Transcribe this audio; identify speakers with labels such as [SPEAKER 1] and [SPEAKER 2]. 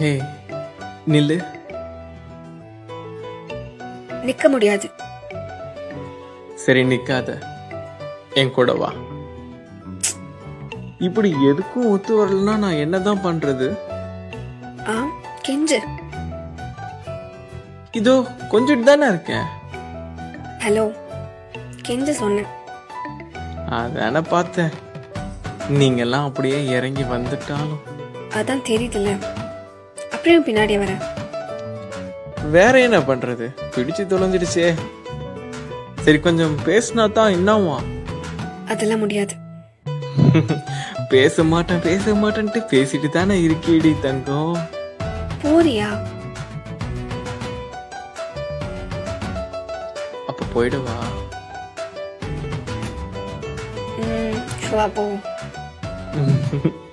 [SPEAKER 1] ஹே நில்லு
[SPEAKER 2] நிக்க முடியாது
[SPEAKER 1] சரி நிக்காத என் கூட வா இப்படி எதுக்கும் ஒத்து வரலன்னா நான் என்னதான் பண்றது
[SPEAKER 2] ஆ கெஞ்சு
[SPEAKER 1] இதோ கொஞ்சிட்டு தானே இருக்கேன்
[SPEAKER 2] ஹலோ கெஞ்சு சொன்னேன்
[SPEAKER 1] அதான பார்த்தேன் நீங்கெல்லாம் அப்படியே இறங்கி வந்துட்டாலும்
[SPEAKER 2] அதான் தெரியுதுல்ல அப்படியும் பின்னாடி வரேன்
[SPEAKER 1] வேற என்ன பண்றது பிடிச்சு தொலைஞ்சிடுச்சே சரி கொஞ்சம் பேசினா தான் என்னவா
[SPEAKER 2] அதெல்லாம் முடியாது
[SPEAKER 1] பேச மாட்டேன் பேச மாட்டேன்ட்டு பேசிட்டு தானே இருக்கேடி தங்கம்
[SPEAKER 2] போறியா
[SPEAKER 1] அப்ப போயிடுவா
[SPEAKER 2] ம், வா போ